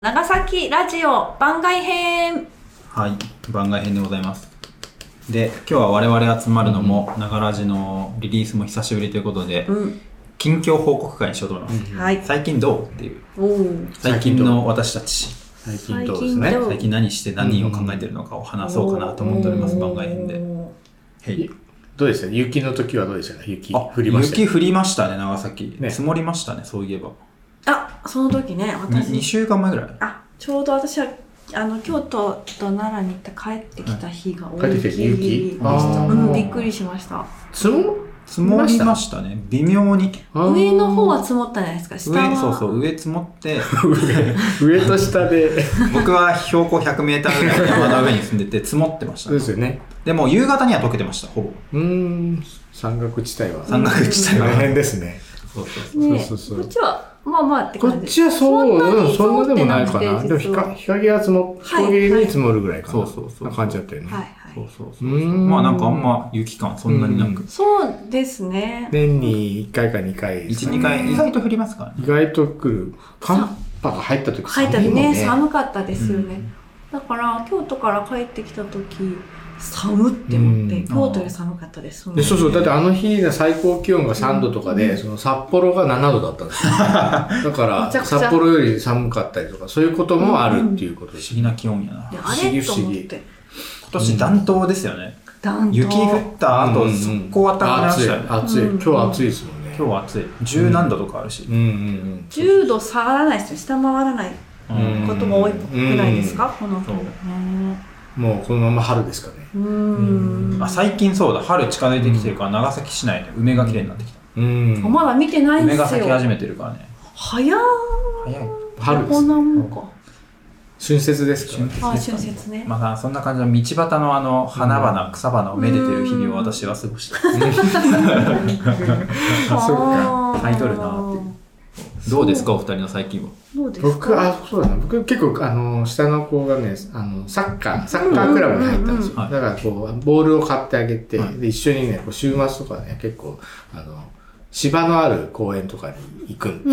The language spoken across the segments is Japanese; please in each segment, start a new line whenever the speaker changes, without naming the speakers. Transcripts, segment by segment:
長崎ラジオ番外編
はい、番外編でございます。で、今日は我々集まるのも、ながらじのリリースも久しぶりということで、
うん
近況報告会にしようと思います。
はい
最近どうっていう。
おー
最近の私たち、
最近どうです
最
ね
近。どう
最近何して何を考えてるのかを話そうかなと思っております、番外編で。
お
へい。
どうでした雪の時はどうでしたか雪
あ、
降りました
雪降りましたね、長崎。
ね
積もりましたね、そういえば。
ーあその時ね私
2, 週間前ぐらい。
あちょうど私はあの京都と奈良に行って帰ってきた日が大
帰っ
雪
てきて雪
でした
あ
う
ー
んびっくりしました
積も
積もりましたね、微妙に。
上の方は
あ
積もったじゃないですか下は
上、そうそう、上積もって、
ー上と下で
僕は標高100メーターぐらいの山の上に住んでて積もってました
そ
ね
うで。すよね
でも夕方には溶けてました、ほぼ。
うーん山岳地帯は
山岳地帯は。
大変ですね
そうそうそう
ね
そうそうそう
こっちはまあまあって
こ
感じ
っちはそううんそんなでもないかなでも日
光は
か日陰は積も日
はい
陰に積もるぐらいかな
はいそうそうそう
な感じだったよね
いは
そ
いう
そうそう
うーん
まあなんかあんま雪感そんなにな
う
く。
そうですね
年に1回か2回です
1、
かね
2回、意外と降りますからね。
意外と来る寒波が入った時
帰った
寒い
り
もん
ね寒かったですよね、だから京都から帰ってきた時寒って思って、
うん
京都より寒かったです
でそうそう、だってあの日が最高気温が3度とかで、その札幌が7度だった んですよ。だか
めちゃ
ら、
くちゃ
札幌より寒かったりとか、そういうこともあるっていうことで
不
す。
思議な気温やな。
で
今
あ
不思
れ
議
と
不
思
思
っ
議
て
年暖冬ですよね。
暖冬
雪降った
あと
後、速攻暖かくなりましたよね。
暑い、暑い。
うん
今日は暑いですもんね。
今日は暑い。十何度とかあるし
う。んうん
10度下がらないですよ下回らない
うん
ことが多いくらいですか、この冬ね
うん。もうこのまま春ですかね。
うーん
んあ最近そうだ、春近づいてきてるから、長崎市内で梅が綺麗になってきた。
うん。
まだ見てないんで
梅が
す
咲き
よ
始めてるからね。
早ー
早い。
春で
こ
す
ん。なもんか
春節ですから
春
ね。
節
あ
ですか
春
ね。
節ね、
まあそんな感じの道端のあの花々、草花をめでてる日々を私は過ごした。
そっか。
あー
買い取るなーっていうどうですか、お二人の最近は。
どうですか
僕、あ、そうだな。僕結構、あの、下の子がね、あの、サッカー、サッカークラブに入ったんですよ。
うんうんうん
だから、こう、ボールを買ってあげて、
はい
で、一緒にね、こう週末とかね、結構、あの、芝のある公園とかに行く、行って、こ
う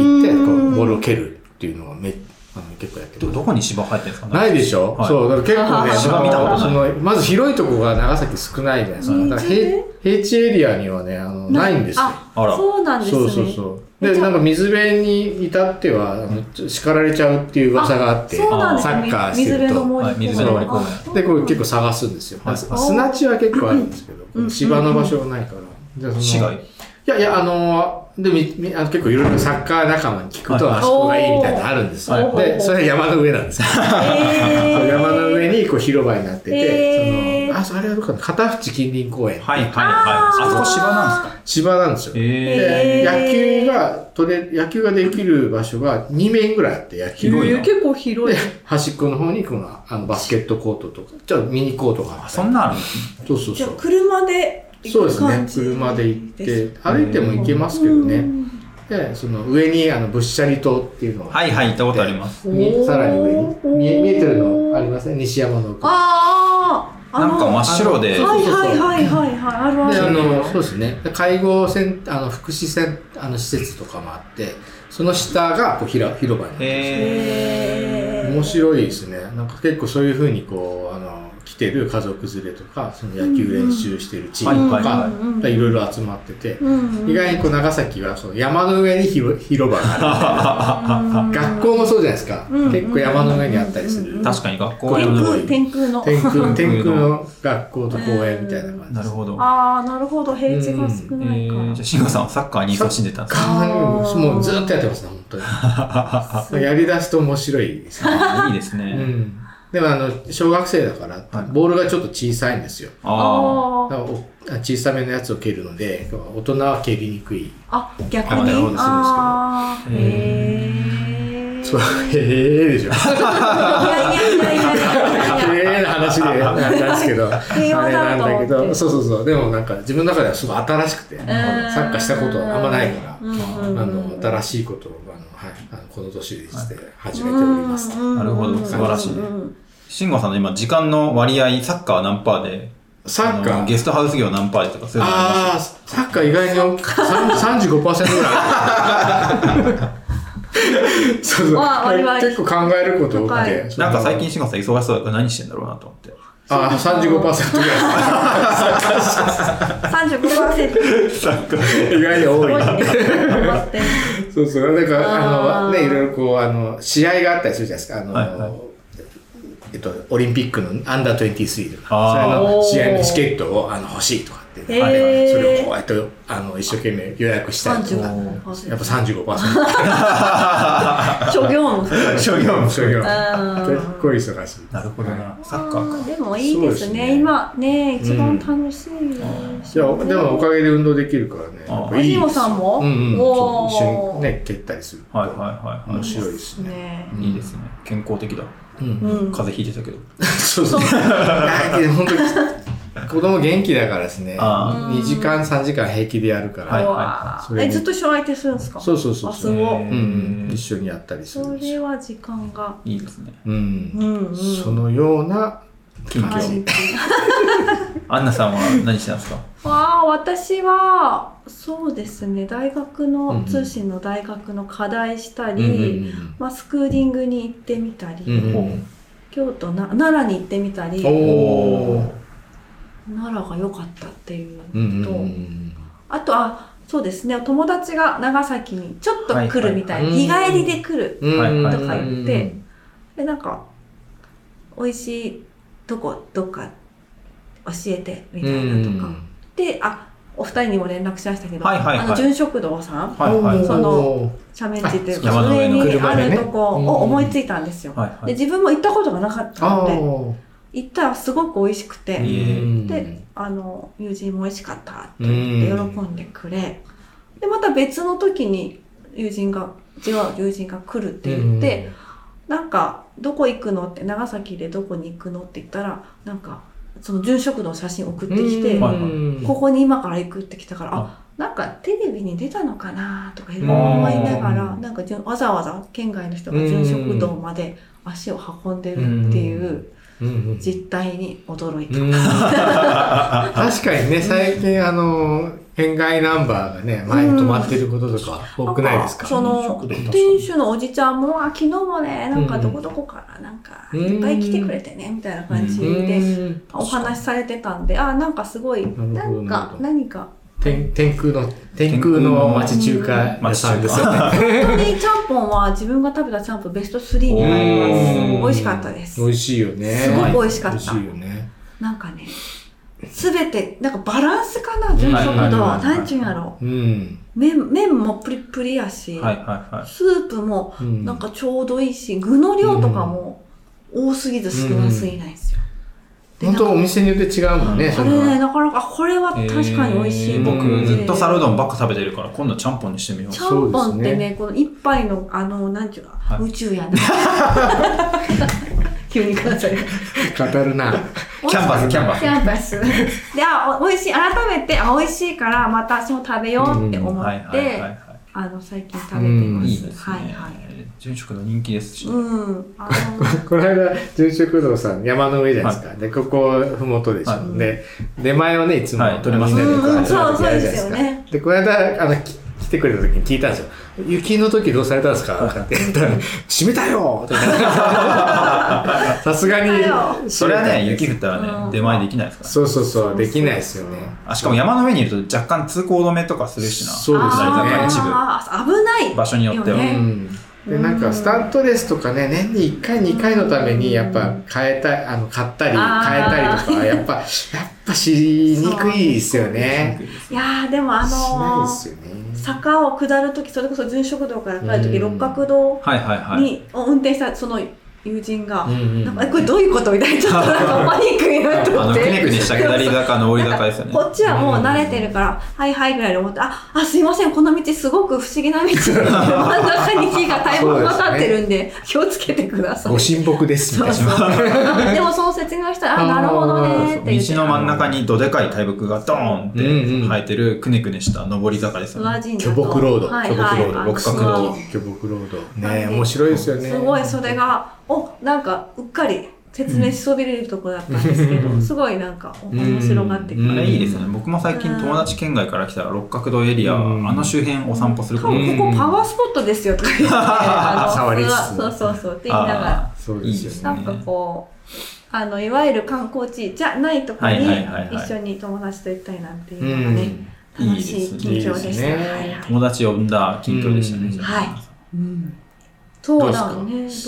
ん
う、ボールを蹴るっていうのをめ、あの結構やって
ど、
ます
どこに芝生入ってるんですか
ないでしょ、
はい
そう、だから結構ね、
芝見たことない
その、まず広いとこが長崎少ないじゃないですか。だから平平地エリアにはね、あの、ないんですよ。
あ
あら
そうなんですね
そうそうそう。
え
で、
じゃあ
なんか水辺に至っては、あのちょ叱られちゃうっていう噂があって、
そうなんです
サ
ね
ッカーしてる
水辺の
と。
森公園
はい水辺の森公園
あ
で、これ結構探すんですよ。
はい
す砂地は結構あるんですけど、
うん
芝の場所がないから。じゃあその
市
い
街。
やいや、あのーでみみあの、結構いろいろサッカー仲間に聞くと、
はい
あそこがいいみたいなのあるんですよ。
はい
で、それは山の上なんですよ。
えー
山の上にこう広場になって
へー
て、そのあ、それはどうかな片淵近隣公園。
はいはいはい。あそこ芝なんですか
芝なんですよ。
ええ
へ
で野
ー
球が取れ、野球ができる場所が2面ぐらいあって、野球
広いな
結構広い
で、端っこの方にこの、あの、バスケットコートとか、ちょっとミニコートがあ
あ、
った
そ
り
んなあるんですね。
そうそう
じゃ
そ
あ
う。
車で
そ
行
うで
く
すね
感。じ
車で行っ
です
て、歩いても行けますけどね。で、その上に、あの、ぶっしゃり島っていうのが、
はいはい、行ったことあります。
おー
みさらに上に、見え見えてるのありません西山の奥。
あーあー
なんか真っ白で
あ、のはい
そうそうそう
はいはいはいはいあるあ
で、あ
る
の、そうですね。で介護センあの、福祉センあの、施設とかもあって、その下が、こう、ひら広場になってるんですよ
へー
面白いですね。なんか結構そういうふうにこう、あの、来てる家族連れとか、その野球練習してるチームと
は
か
い
うんうん、
いろいろ集まってて、
うんうん
意外にこう長崎はその山の上に広広場があ
うん
る。学校もそうじゃないですか。
うん
結構山の上にあったりす
うんう
る。
確かに学校
天
の。
こう
空
いう
天空の
天空、天空の学校と公園みたいな感じ。
なるほど。
ああなるほど平地が少
え
ないから、
ー、じゃあ、慎吾さんはサッカーに勤しんでたんですか
かもうずっとやってますね、本当に。やり出すと面白いですね。
いいです
う
ね。
ん。でもあの、小学生だから
はい、
ボールがちょっと小さいんですよ。
あ
だからお小さめのやつを蹴るので大人は蹴りにくい
ああ逆に
あなるほど
あ
そうですけど
ーへえ
そうへえでしょ
いやいやいやいやいや
へえな話でなんですけど
平
あ
和
れ
だと
なんだ
思って
けどそうそうそうでもなんか自分の中ではすごい新しくてサ
うん
ッカーしたことあんまないから、
うんうんうん
あの新しいことをあの、はい、あのこの年でして始めております、
なるほど素晴らしいね
うんうん
あ。慎吾さんの今、時間の割合、サッカー何パーで、
サッカ
あの
ー
ゲストハウス業何パーでとか、そういうのあります
ああサッカー意外に大きくさん35%ぐらいそうそう
わあ我々
結構考えること多く
高
て。
なんか最近、志賀さん忙しそうだから何してんだろうなと思って。
ああ、35%ぐらい
35%
サッカー
です。意外に
多
多い。
いね頑張って
そうそう。だから、あ
あ
の、
ー
ね、いろいろこう、あの、試合があったりするじゃないですか。あの、
はいはい
えっと、オリンピックのアンダー23と
あ
か、
ー
それの試合のチケットをあの欲しいとかって、
へー
あれはそれをこうやって、あの、一生懸命予約したりとか、やっ
35%
ぱ35%。
諸行の
商業も
商業。結
あ
構忙しい。
なるほどな。サッカーか。
ーでもいいです
そうです
ね
ね
今ね一番楽しい
いや、でもおかげで運動できるからね。
あー
やっぱいい
藤
です
本さんも
うんうん。
おー
そう一緒にね、蹴ったりする。
はいはいはいはい
面白いですね。
ね
うん
いいですね。健康的だ。
うん
うん
風邪ひいてたけど。
そうそう。だけど 本当に子供元気だからですね。
あ
ー
2時間、3時間平気でやるから。
はいはい
わー
それ
え
に
ずっと一緒に相手するんですか
そうそうそう
あ
そ
す
う。
ごい
うんうん。一緒にやったりする
そ
んです
れ
よ。
は時間が
いいですね。
うん。
んうん
そのような近
感
況。
じ
アンナさんは何してたんですか
わあ私はそうですね大学の、
うんうん
通信の大学の課題した
うん
り、
うん
まあ、スクーリングに行ってみたり、
うんうんうん。
京都な奈良に行ってみたり
おおー。
奈良が良かったっていうのと、
うんうんうん。
あとあそうですねお友達が長崎にちょっと来るみたいな、
はいはいはい
日帰りで来る
うん
はいはい
とか言ってでなんか美味しいとこどっか教えてみたいなとか、であお二人にも連絡しましたけど、
はいはいはい
あの純食堂さん
はいはい。
そ
の
斜面地という
あ
か
山
そ
の
れ
上の
に
車
あ
でね
るとこを思いついたんですよ、
はいは
で
い。
自分も行ったことがなかった
あ
の
あ
で行ったらすごく美味しくて、
いい
ー
であの友人も美味しかったって
う
言っ
ん
て喜んでくれでまた別の時に友人が違う友人が来るって言って、なんかどこ行くのって長崎でどこに行くのって言ったらなんかその純食堂の写真送ってきて、
うん
ここに今から行くって来たから、
あ
あなんかテレビに出たのかなとかいろいろ思いながら、
うん
なんかじゅんわざわざ県外の人が純食堂まで足を運んでるっていう実態に驚いた。
うん確かにね、最近、あの、県外ナンバーがね、前に止まってることとか多くないですか
んその
食堂確かに
店主のおじちゃんも、あ昨日もね、なんかどこどこから、なんか、
うん
いっぱい来てくれてね、みたいな感じ
う
で、
ん
お話しされてたんで、あ、なんかすごい、
な
な
るほど
ん
なる
か
ほ、ど
何か、
天天空の、天空の町中華屋さんですよね。
本当にちゃんぽんは自分が食べたちゃんぽんベスト3に入り
う
ま
ん
す。美味しかったです
美。味しいよね。
すごく美味しかった
美味しいよね。
なんかね、すべて、なんかバランスかな、純食堂
は
は。
いはいはいはい
なんちゅうんやろ。
うん。
麺、麺もプリプリやし、
はいはいはい。
スープも
うん
なんかちょうどいいし、具の量とかも多すぎず少なすぎないんですよ。で
本当お店によって違うもんね、
あ
そ
れ
れ
ね、
は。
なかなか、あこれは確かに美味しい。
えー僕、ずっとサルう
ン。
どんばっか食べてるから、今度ちゃんぽんにしてみよう。
ちゃんぽんっ
そう
て
です
ね、この一杯の、あの、なんちゅうか、
はい
宇宙やな。 急に関西弁
語るな。
キャンバス、キャンバ
キ
ス。
ャンパ ス。で、あ、お美味しい、改めて、あ、美味しいから、また私も食べようって思
はい
っ
はいはい
て、
は
あの、最近食べてま
うん
す。
い。いいです
はい
ね
はい。。
純食の人気ですし。
うん。あ
この間、純食堂さん、山の上じゃないですか。で、ここ、ふもとでしょ。
はい
で、出前をね、いつも、
はい取れま
み
す
ん
ね
なでこ
うん
集まってやるじゃない
そうそうですよ
か
ね。
で、この間、あの、き来てくれた時に聞いたんですよ。雪の時どうされたんですかって言ったら、閉めたよって言った らさすがに
閉めたよ、
それはね、雪降ったら
う
ね、
ん
出前できないですからね。
そうそうそう、できないですよね。
あしかも山の上にいると若干通行止めとかするしな。
そうですね
下り坂一部。
あー危ない。
場所によって
よ
は
う
ね
ん。で、なんか、スタントレスとかね、年に1回、2回のために、やっぱ、変えたい、あの、買ったり、変
あー
えたりとか、やっぱ、やっぱしにくいですよね。
いやー、でもあ
しない
の
で
ー
すよね。
坂を下るとき、それこそ純食堂から帰るとき、
うん
六角堂
はいはいはい。
に、を運転したその友人が、
ん
なんかえこれどういうことみたいな、ちょっとなんか パニックになっち
あ
ゃ
の、
っ
く
て。
ねくねした下り坂の降り坂ですよね。
こっちはもう慣れてるから、はいはいぐらいで思って、あ、あ、すいません、この道すごく不思議 な道で、真ん中に木が大木が立ってるんで、気をつけてください
ご。神木ですみ
そ
たいうな。
そう。あでもその説明をしたら、あ、なるほどねー
道
って言って。
の真ん中にどでかい大木がドーンって
うんうん
生えてるくねくねした上り坂です
宇
よね。
和神社
巨
と
木ロード、
はい
巨木
はい
ロード、
あの
六角ロ
宇
ー
和
ド、巨木ロード。
なん
ね
で
面白いですよね。
すごいそれが、お、なんかうっかり説明しそびれるとこだったんですけど、
うん
すごいなんかお面白がってく
うん
れ
あ
て、
れいいですね。僕も最近友達県外から来たら六角堂エリア、あ
うん
の周辺お散歩する
し
こ
か
と
もこ
が
こパワースポットですよとか言って、 あの
触りつつ
そうそうそうって言いながら、
あー
そうですよね
いい
なんかこう、あの、いわゆる観光地じゃないとこ
はい
に
はいはいはい
一緒に友達と行きたいなんていうのがね、
うん
楽しい近況で
いいで
し
す
た。
ね
はいはい
友達呼んだ近況でしたね。
うん
じゃあ
はいそうだね。どうし
どうですか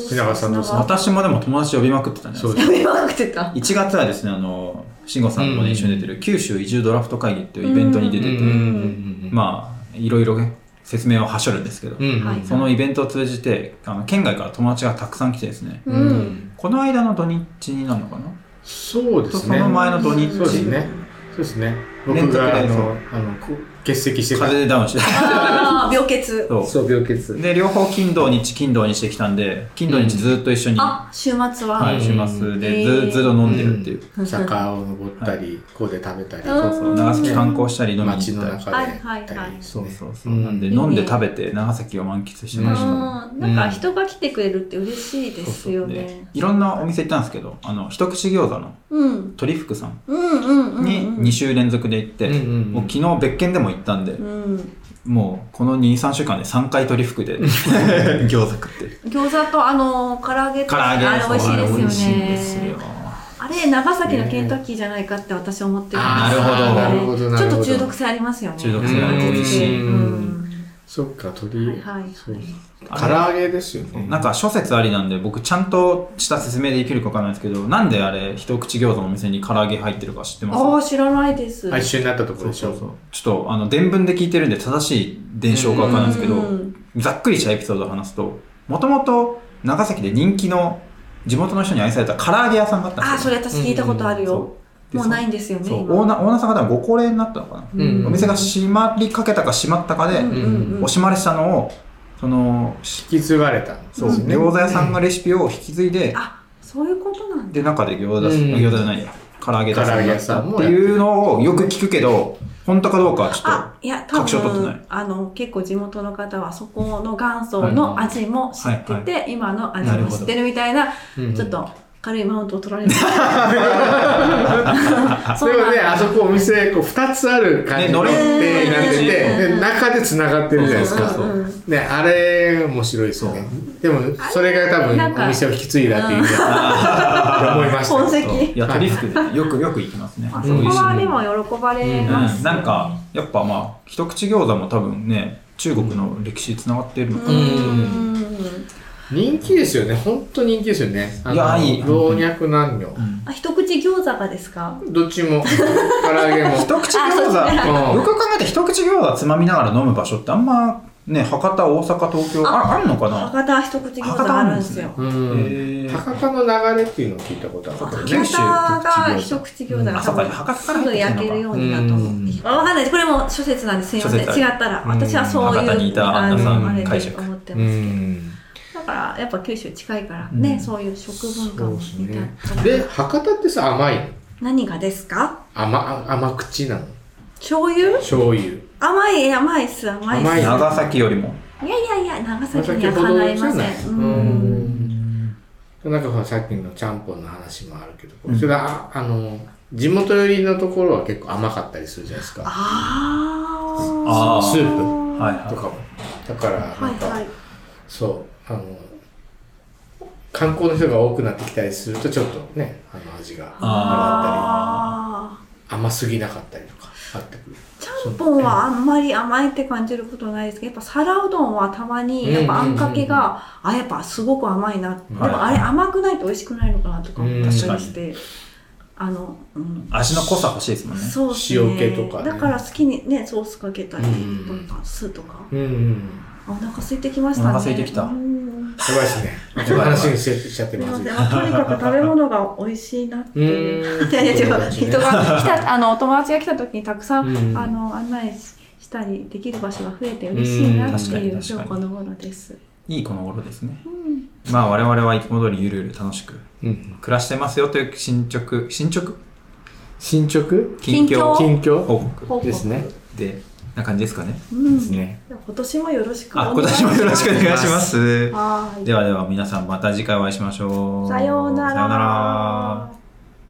品
よう
川さんどうする
私もでも友達呼びまくってたんじゃないですか
そうで
やめまくってた。
1月はですね、あの、慎吾さんもね、一緒に出てる九州移住ドラフト会議っていうイベントに出てて、
うん
ま
まあ、いろいろね、説明をはしょるんですけど、
はい
そのイベントを通じて、あの、県外から友達がたくさん来てですね、
う。
うんん
この間の土日になるのかな
そうで
と
す
そ
ね
の前の土日、
そ
そうですねそうですね僕
連続
があ
でそう
のあのこ欠席して
風
か
邪
ら
でダウンして
ああ、病欠。
そ
そう病欠
う。で、両方金土日、金土日できたんで、金土日ずっと一緒に、は
あ、週末は。
い、週末で
うん
ずずっと飲んでるっていう。
坂を登ったりこうで食べたり
うん
そうそう、長崎観光したり飲みに
街
行っ
の
たり。
中で行ったり
そうそうそう。
うん
なんで、飲んで食べて長崎を満喫してました。
うんなんか人が来てくれるって嬉しいですよ
で
ね。
いろんなお店行ったんですけど、あの、一口餃子の
うん。
鳥福さん
うんうんうん。
に2週連続で行って、
うんうんうん
もう昨日別件でも行ったんで、
うん。
もうこの2、3週間で3回鳥福で 餃子食ってる。
餃子とあの、唐揚げと
唐揚げ
あれ美味しいですよね。
美味しいんですよ。
あれ、長崎のケンタッキーじゃないかって私思ってるんですよ
あーなる
ほど
あれ
なるほどなる
ちょ
ほど
っと中毒性ありますよね。
中毒性ある美味しい
うん
そっか
は
鳥
いはい
そう
あ
唐
れ
揚げですよね
なんか諸説ありなんで、僕ちゃんとした説明できるかわかんないですけど、なんであれ一口餃子のお店に唐揚げ入ってるか知ってます
ああ、知らないです。
あ一緒になったところでし
そうそう
ょ
ちょっとあの伝聞で聞いてるんで正しい伝承かわかんないですけ
う
ど
ん、
ざっくりしたエピソードを話すと、もともと長崎で人気の地元の人に愛された唐揚げ屋さんがあったん
ああ、
です
そ
よ。
れ私聞いたことあるよ。
で
もうないんですよね。
そう
今
オーナーオーナーさんが多分ご高齢になったのかな、
うん
お店が閉まりかけたか閉まったかで、
うんうんうん
おしまれしたのをその、
引き継がれた
そう餃子屋さんがレシピを引き継いで、
あ、そういうことなんだ。
で中で餃子,、
うん
餃子じゃないや唐揚げ出すようになったっていうのをよく聞くけど本当かどうかはちょっと
あ、いや、多
確証取ってな
分
い、
あの、結構地元の方はそこの元祖の味も知って
はい
て、今の味
なる
も
ほど
知ってるみたいな、
うん
ちょっと軽いマウントを取られ る。
それ
なん
はね、
だ
あそこお店、こう、二つある感じ
ね
の
の
っ
れ
て
ん
なって
う
て、
ん
で中で繋がってるじゃないですか。
そうそうそう
ね、あれ、面白いですよね。でも、それが多
なん
分、
か
お店を引き継いだっていう意味だと思いました。
本籍
そういや鳥福でよくよく行きますね
あそ
そう
こ
いう
はでも喜ばれます、
うん、なんかやっぱまあ一口餃子も多分ね中国の歴史つながってるのか
う
な、
ん。
人気ですよね。本当人気ですよね。あの
いやいい
老若男女。
あ、一口餃子がですか
どっ ちも、唐揚げも。
一口
あそう
餃子、
です
ね
よく考えて一口餃子つまみながら飲む場所ってあんまね博多大阪東京ああるのかな
博多は一口餃子があるんですよ。
うん
へー
高田の流れっていうのを聞いたことある。
博
博
多九州
多が一口餃子
うん
が
あそ
多
うか
分
博多か
す
ら
ぐ焼けるようにだと思う
うん
いや。わかんないです。これも諸説なんです。すみません。違
諸
っ
説ある
たら、私はそういう、
うん博多にいた
あ
旦那
の
さん
あれ
解
で
釈
思って
う
ますけ
ん。
ど。だから、やっぱ九州近いからね、
うん
そういう食文化
そう
も
です
みたい
ね。で、博多ってさ、甘いの
何がですか
甘、甘口なの
醤油
醤油。
甘い、甘いっす、甘いっす。
甘いな
長崎よりも
いやいやいや、長崎
先
には
ほ
か
ど
ない
じゃ
ま
ない
せん。うん
ん。なんかほらさっきのちゃんぽんの話もあるけど、それは、ああの、地元寄りのところは結構甘かったりするじゃないですか。
あ
あー
スー
あ。
はい
い。
プと
は
かも。だから、
は
なん
い
か、
はい。
そう、あの、観光の人が多くなってきたりすると、ちょっとね、あの味が
あ
あ
甘すぎなかったりとか、あってくる。
ーちゃんぽんはあんまり甘いって感じることないですけど、やっぱ皿うどんはたまに、やっぱあんかけが、あ、やっぱすごく甘いな。でもあれ甘くないと美味しくないのかなとか思ったりして、あの、うん。
味の濃さ欲しいですもんね
そうっすね
塩気とかね
だから好きにね、ソースかけたり
う、ん
とか、酢とか。
うんうん。
あお腹空いてきましたね。
お腹空いてきた
うん
やばい ですね。この話にしちゃっ
す
て
み
ま
ませ
ず
ん、
い。
まあとにかく食べ物が美味しいなって いうう。
ーん
いやいや、違
友
う、
達ね
人が来た、あの、お友達が来た時にたくさん、
うん
あの、案内ししたりできる場所が増えて嬉しいなっていう今
うん確かに確
日
かに
この頃です。
いいこの頃ですね
うん、
まあ我々はいつも通りゆるゆる楽しく
うん。
暮らしてますよという進捗進捗
進捗
近況
近
近況
報告
報告
ですね。
でな感じですかね。
うん
ですね。
じゃあ今年もよろしくお
あ、
願いします。
今年もよろしくお願いします。
はーい。
ではでは皆さんまた次回お会いしましょう。
さような
さようなら
ら。